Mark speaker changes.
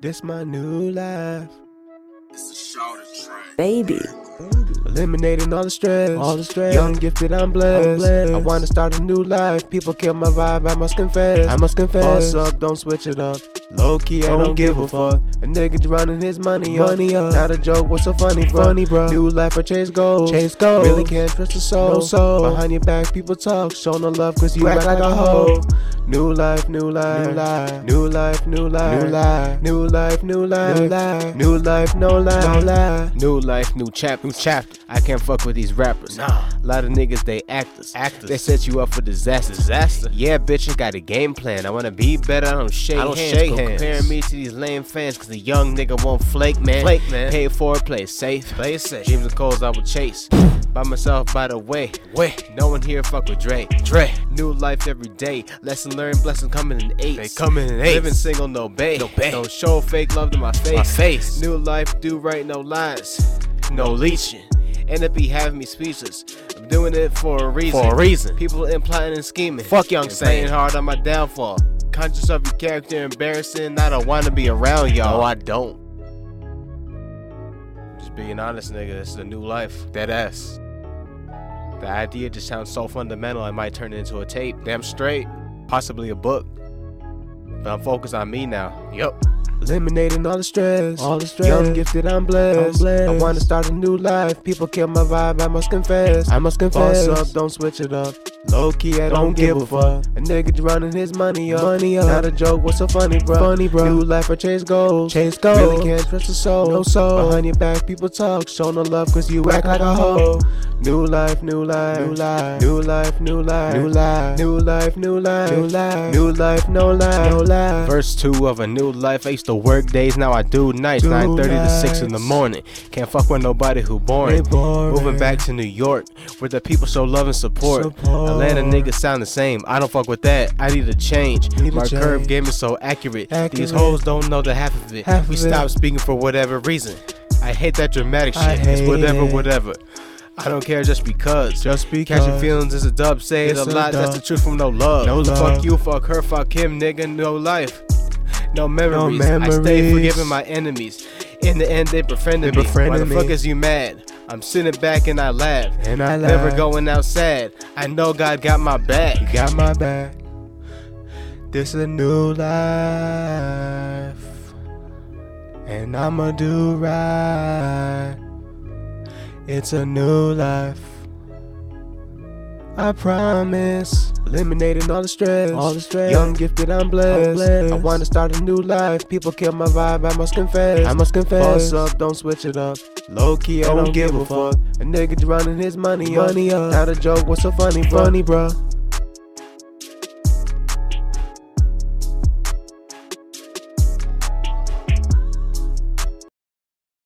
Speaker 1: This my new life.
Speaker 2: It's a shorter train.
Speaker 3: baby.
Speaker 1: Eliminating all the stress. All the stress. Young gifted, I'm blessed. i wanna start a new life. People kill my vibe, I must confess. I must confess. Boss up, don't switch it up. Low key, I don't, give a fuck. A nigga drowning his money up. Money up. Not a joke, what's so funny, bro? Funny, bro. New life, I chase goals. Chase goals. Really can't trust a soul. No soul. Behind your back, people talk. Show no love, cause you act, like, a hoe. New life, new life, new life, new life, new life, new life, new life, new life, new life, no lie, no lie. New life, new chapter, new chapter. I can't fuck with these rappers. Nah, a lot of niggas they actors, actors. They set you up for disaster, disaster. Yeah, bitch, I got a game plan. I wanna be better. I don't shake I don't hands. Shake hands. Comparing me to these lame fans, cause the young nigga won't flake, man. Flake, man. Pay for it, play it safe, play it safe. Dreams and goals I would chase. By myself, by the way, way. No one here fuck with Dre, Dre. New life every day. Lesson learned, blessing coming in eight.
Speaker 4: They coming in eights.
Speaker 1: Living single, no bae.
Speaker 4: No bae.
Speaker 1: Don't show fake love to my face.
Speaker 4: My face.
Speaker 1: New life, do right, no lies. No leeching. And it be having me speechless. I'm doing it for a reason.
Speaker 4: For a reason.
Speaker 1: People implying and scheming.
Speaker 4: Fuck Young
Speaker 1: and playing
Speaker 4: Sane.
Speaker 1: hard on my downfall. Conscious of your character, embarrassing. I don't wanna be around y'all.
Speaker 4: No, I don't.
Speaker 1: Just being honest, nigga, this is a new life.
Speaker 4: Dead ass.
Speaker 1: The idea just sounds so fundamental, I might turn it into a tape. Damn straight. Possibly a book. But I'm focused on me now.
Speaker 4: Yup.
Speaker 1: Eliminating all the stress. All the stress. Young gifted, I'm blessed. i wanna start a new life. People kill my vibe, I must confess. I must confess. Boss up, don't switch it up. Low key, I don't, give a fuck. A nigga drowning his money up. Money up. Not a joke, what's so funny, bro? Funny, bro. New life, I chase goals. Chase goals. Really can't trust a soul. No soul. Behind your back, people talk. Show no love, cause you act like a hoe. New life, new life, new life, new life, new life, new life, new life, new life, new life, new life, no life, no life. Verse two of a new life. I used to work days, now I do nights,
Speaker 4: Do
Speaker 1: nine thirty to six in the
Speaker 4: nights.
Speaker 1: morning. Can't fuck with nobody who boring. Moving back to New York, where the people show love and support.
Speaker 4: Support.
Speaker 1: Atlanta niggas sound the same. I don't fuck with that. I need a change.
Speaker 4: Need a
Speaker 1: My curb
Speaker 4: change.
Speaker 1: game is so accurate. These
Speaker 4: Accurate.
Speaker 1: hoes don't know the half of it.
Speaker 4: Half
Speaker 1: we
Speaker 4: of it.
Speaker 1: stop speaking for whatever reason. I hate that dramatic shit.
Speaker 4: I
Speaker 1: it's
Speaker 4: hate
Speaker 1: whatever,
Speaker 4: it.
Speaker 1: whatever. I don't care just because.
Speaker 4: Just
Speaker 1: Catching
Speaker 4: because.
Speaker 1: feelings is a dub. Say it
Speaker 4: It's
Speaker 1: a
Speaker 4: a
Speaker 1: lot. That's the
Speaker 4: dub.
Speaker 1: truth from no love.
Speaker 4: No love.
Speaker 1: Fuck you, fuck her, fuck him, nigga. No life. No memories. I stay
Speaker 4: memories.
Speaker 1: forgiving my enemies. In the end, they befriended
Speaker 4: They
Speaker 1: me. Why
Speaker 4: befriended
Speaker 1: the
Speaker 4: me.
Speaker 1: fuck is you mad? I'm sitting back and I laugh.
Speaker 4: And I
Speaker 1: Never
Speaker 4: laugh.
Speaker 1: going out sad. I know God got my
Speaker 4: You
Speaker 1: back.
Speaker 4: got my back. This is a new life. And I'ma do right. It's a new life. I promise.
Speaker 1: Eliminating all the stress.
Speaker 4: All the stress.
Speaker 1: Young, gifted, I'm blessed.
Speaker 4: I'm blessed.
Speaker 1: I wanna start a new life. People kill my vibe, I must confess.
Speaker 4: I must confess.
Speaker 1: Boss up, don't switch it up. Low key, I don't, give a fuck. A nigga drowning his money,
Speaker 4: Money
Speaker 1: up.
Speaker 4: up.
Speaker 1: Not a joke, what's so funny, bro?
Speaker 4: Funny, bro.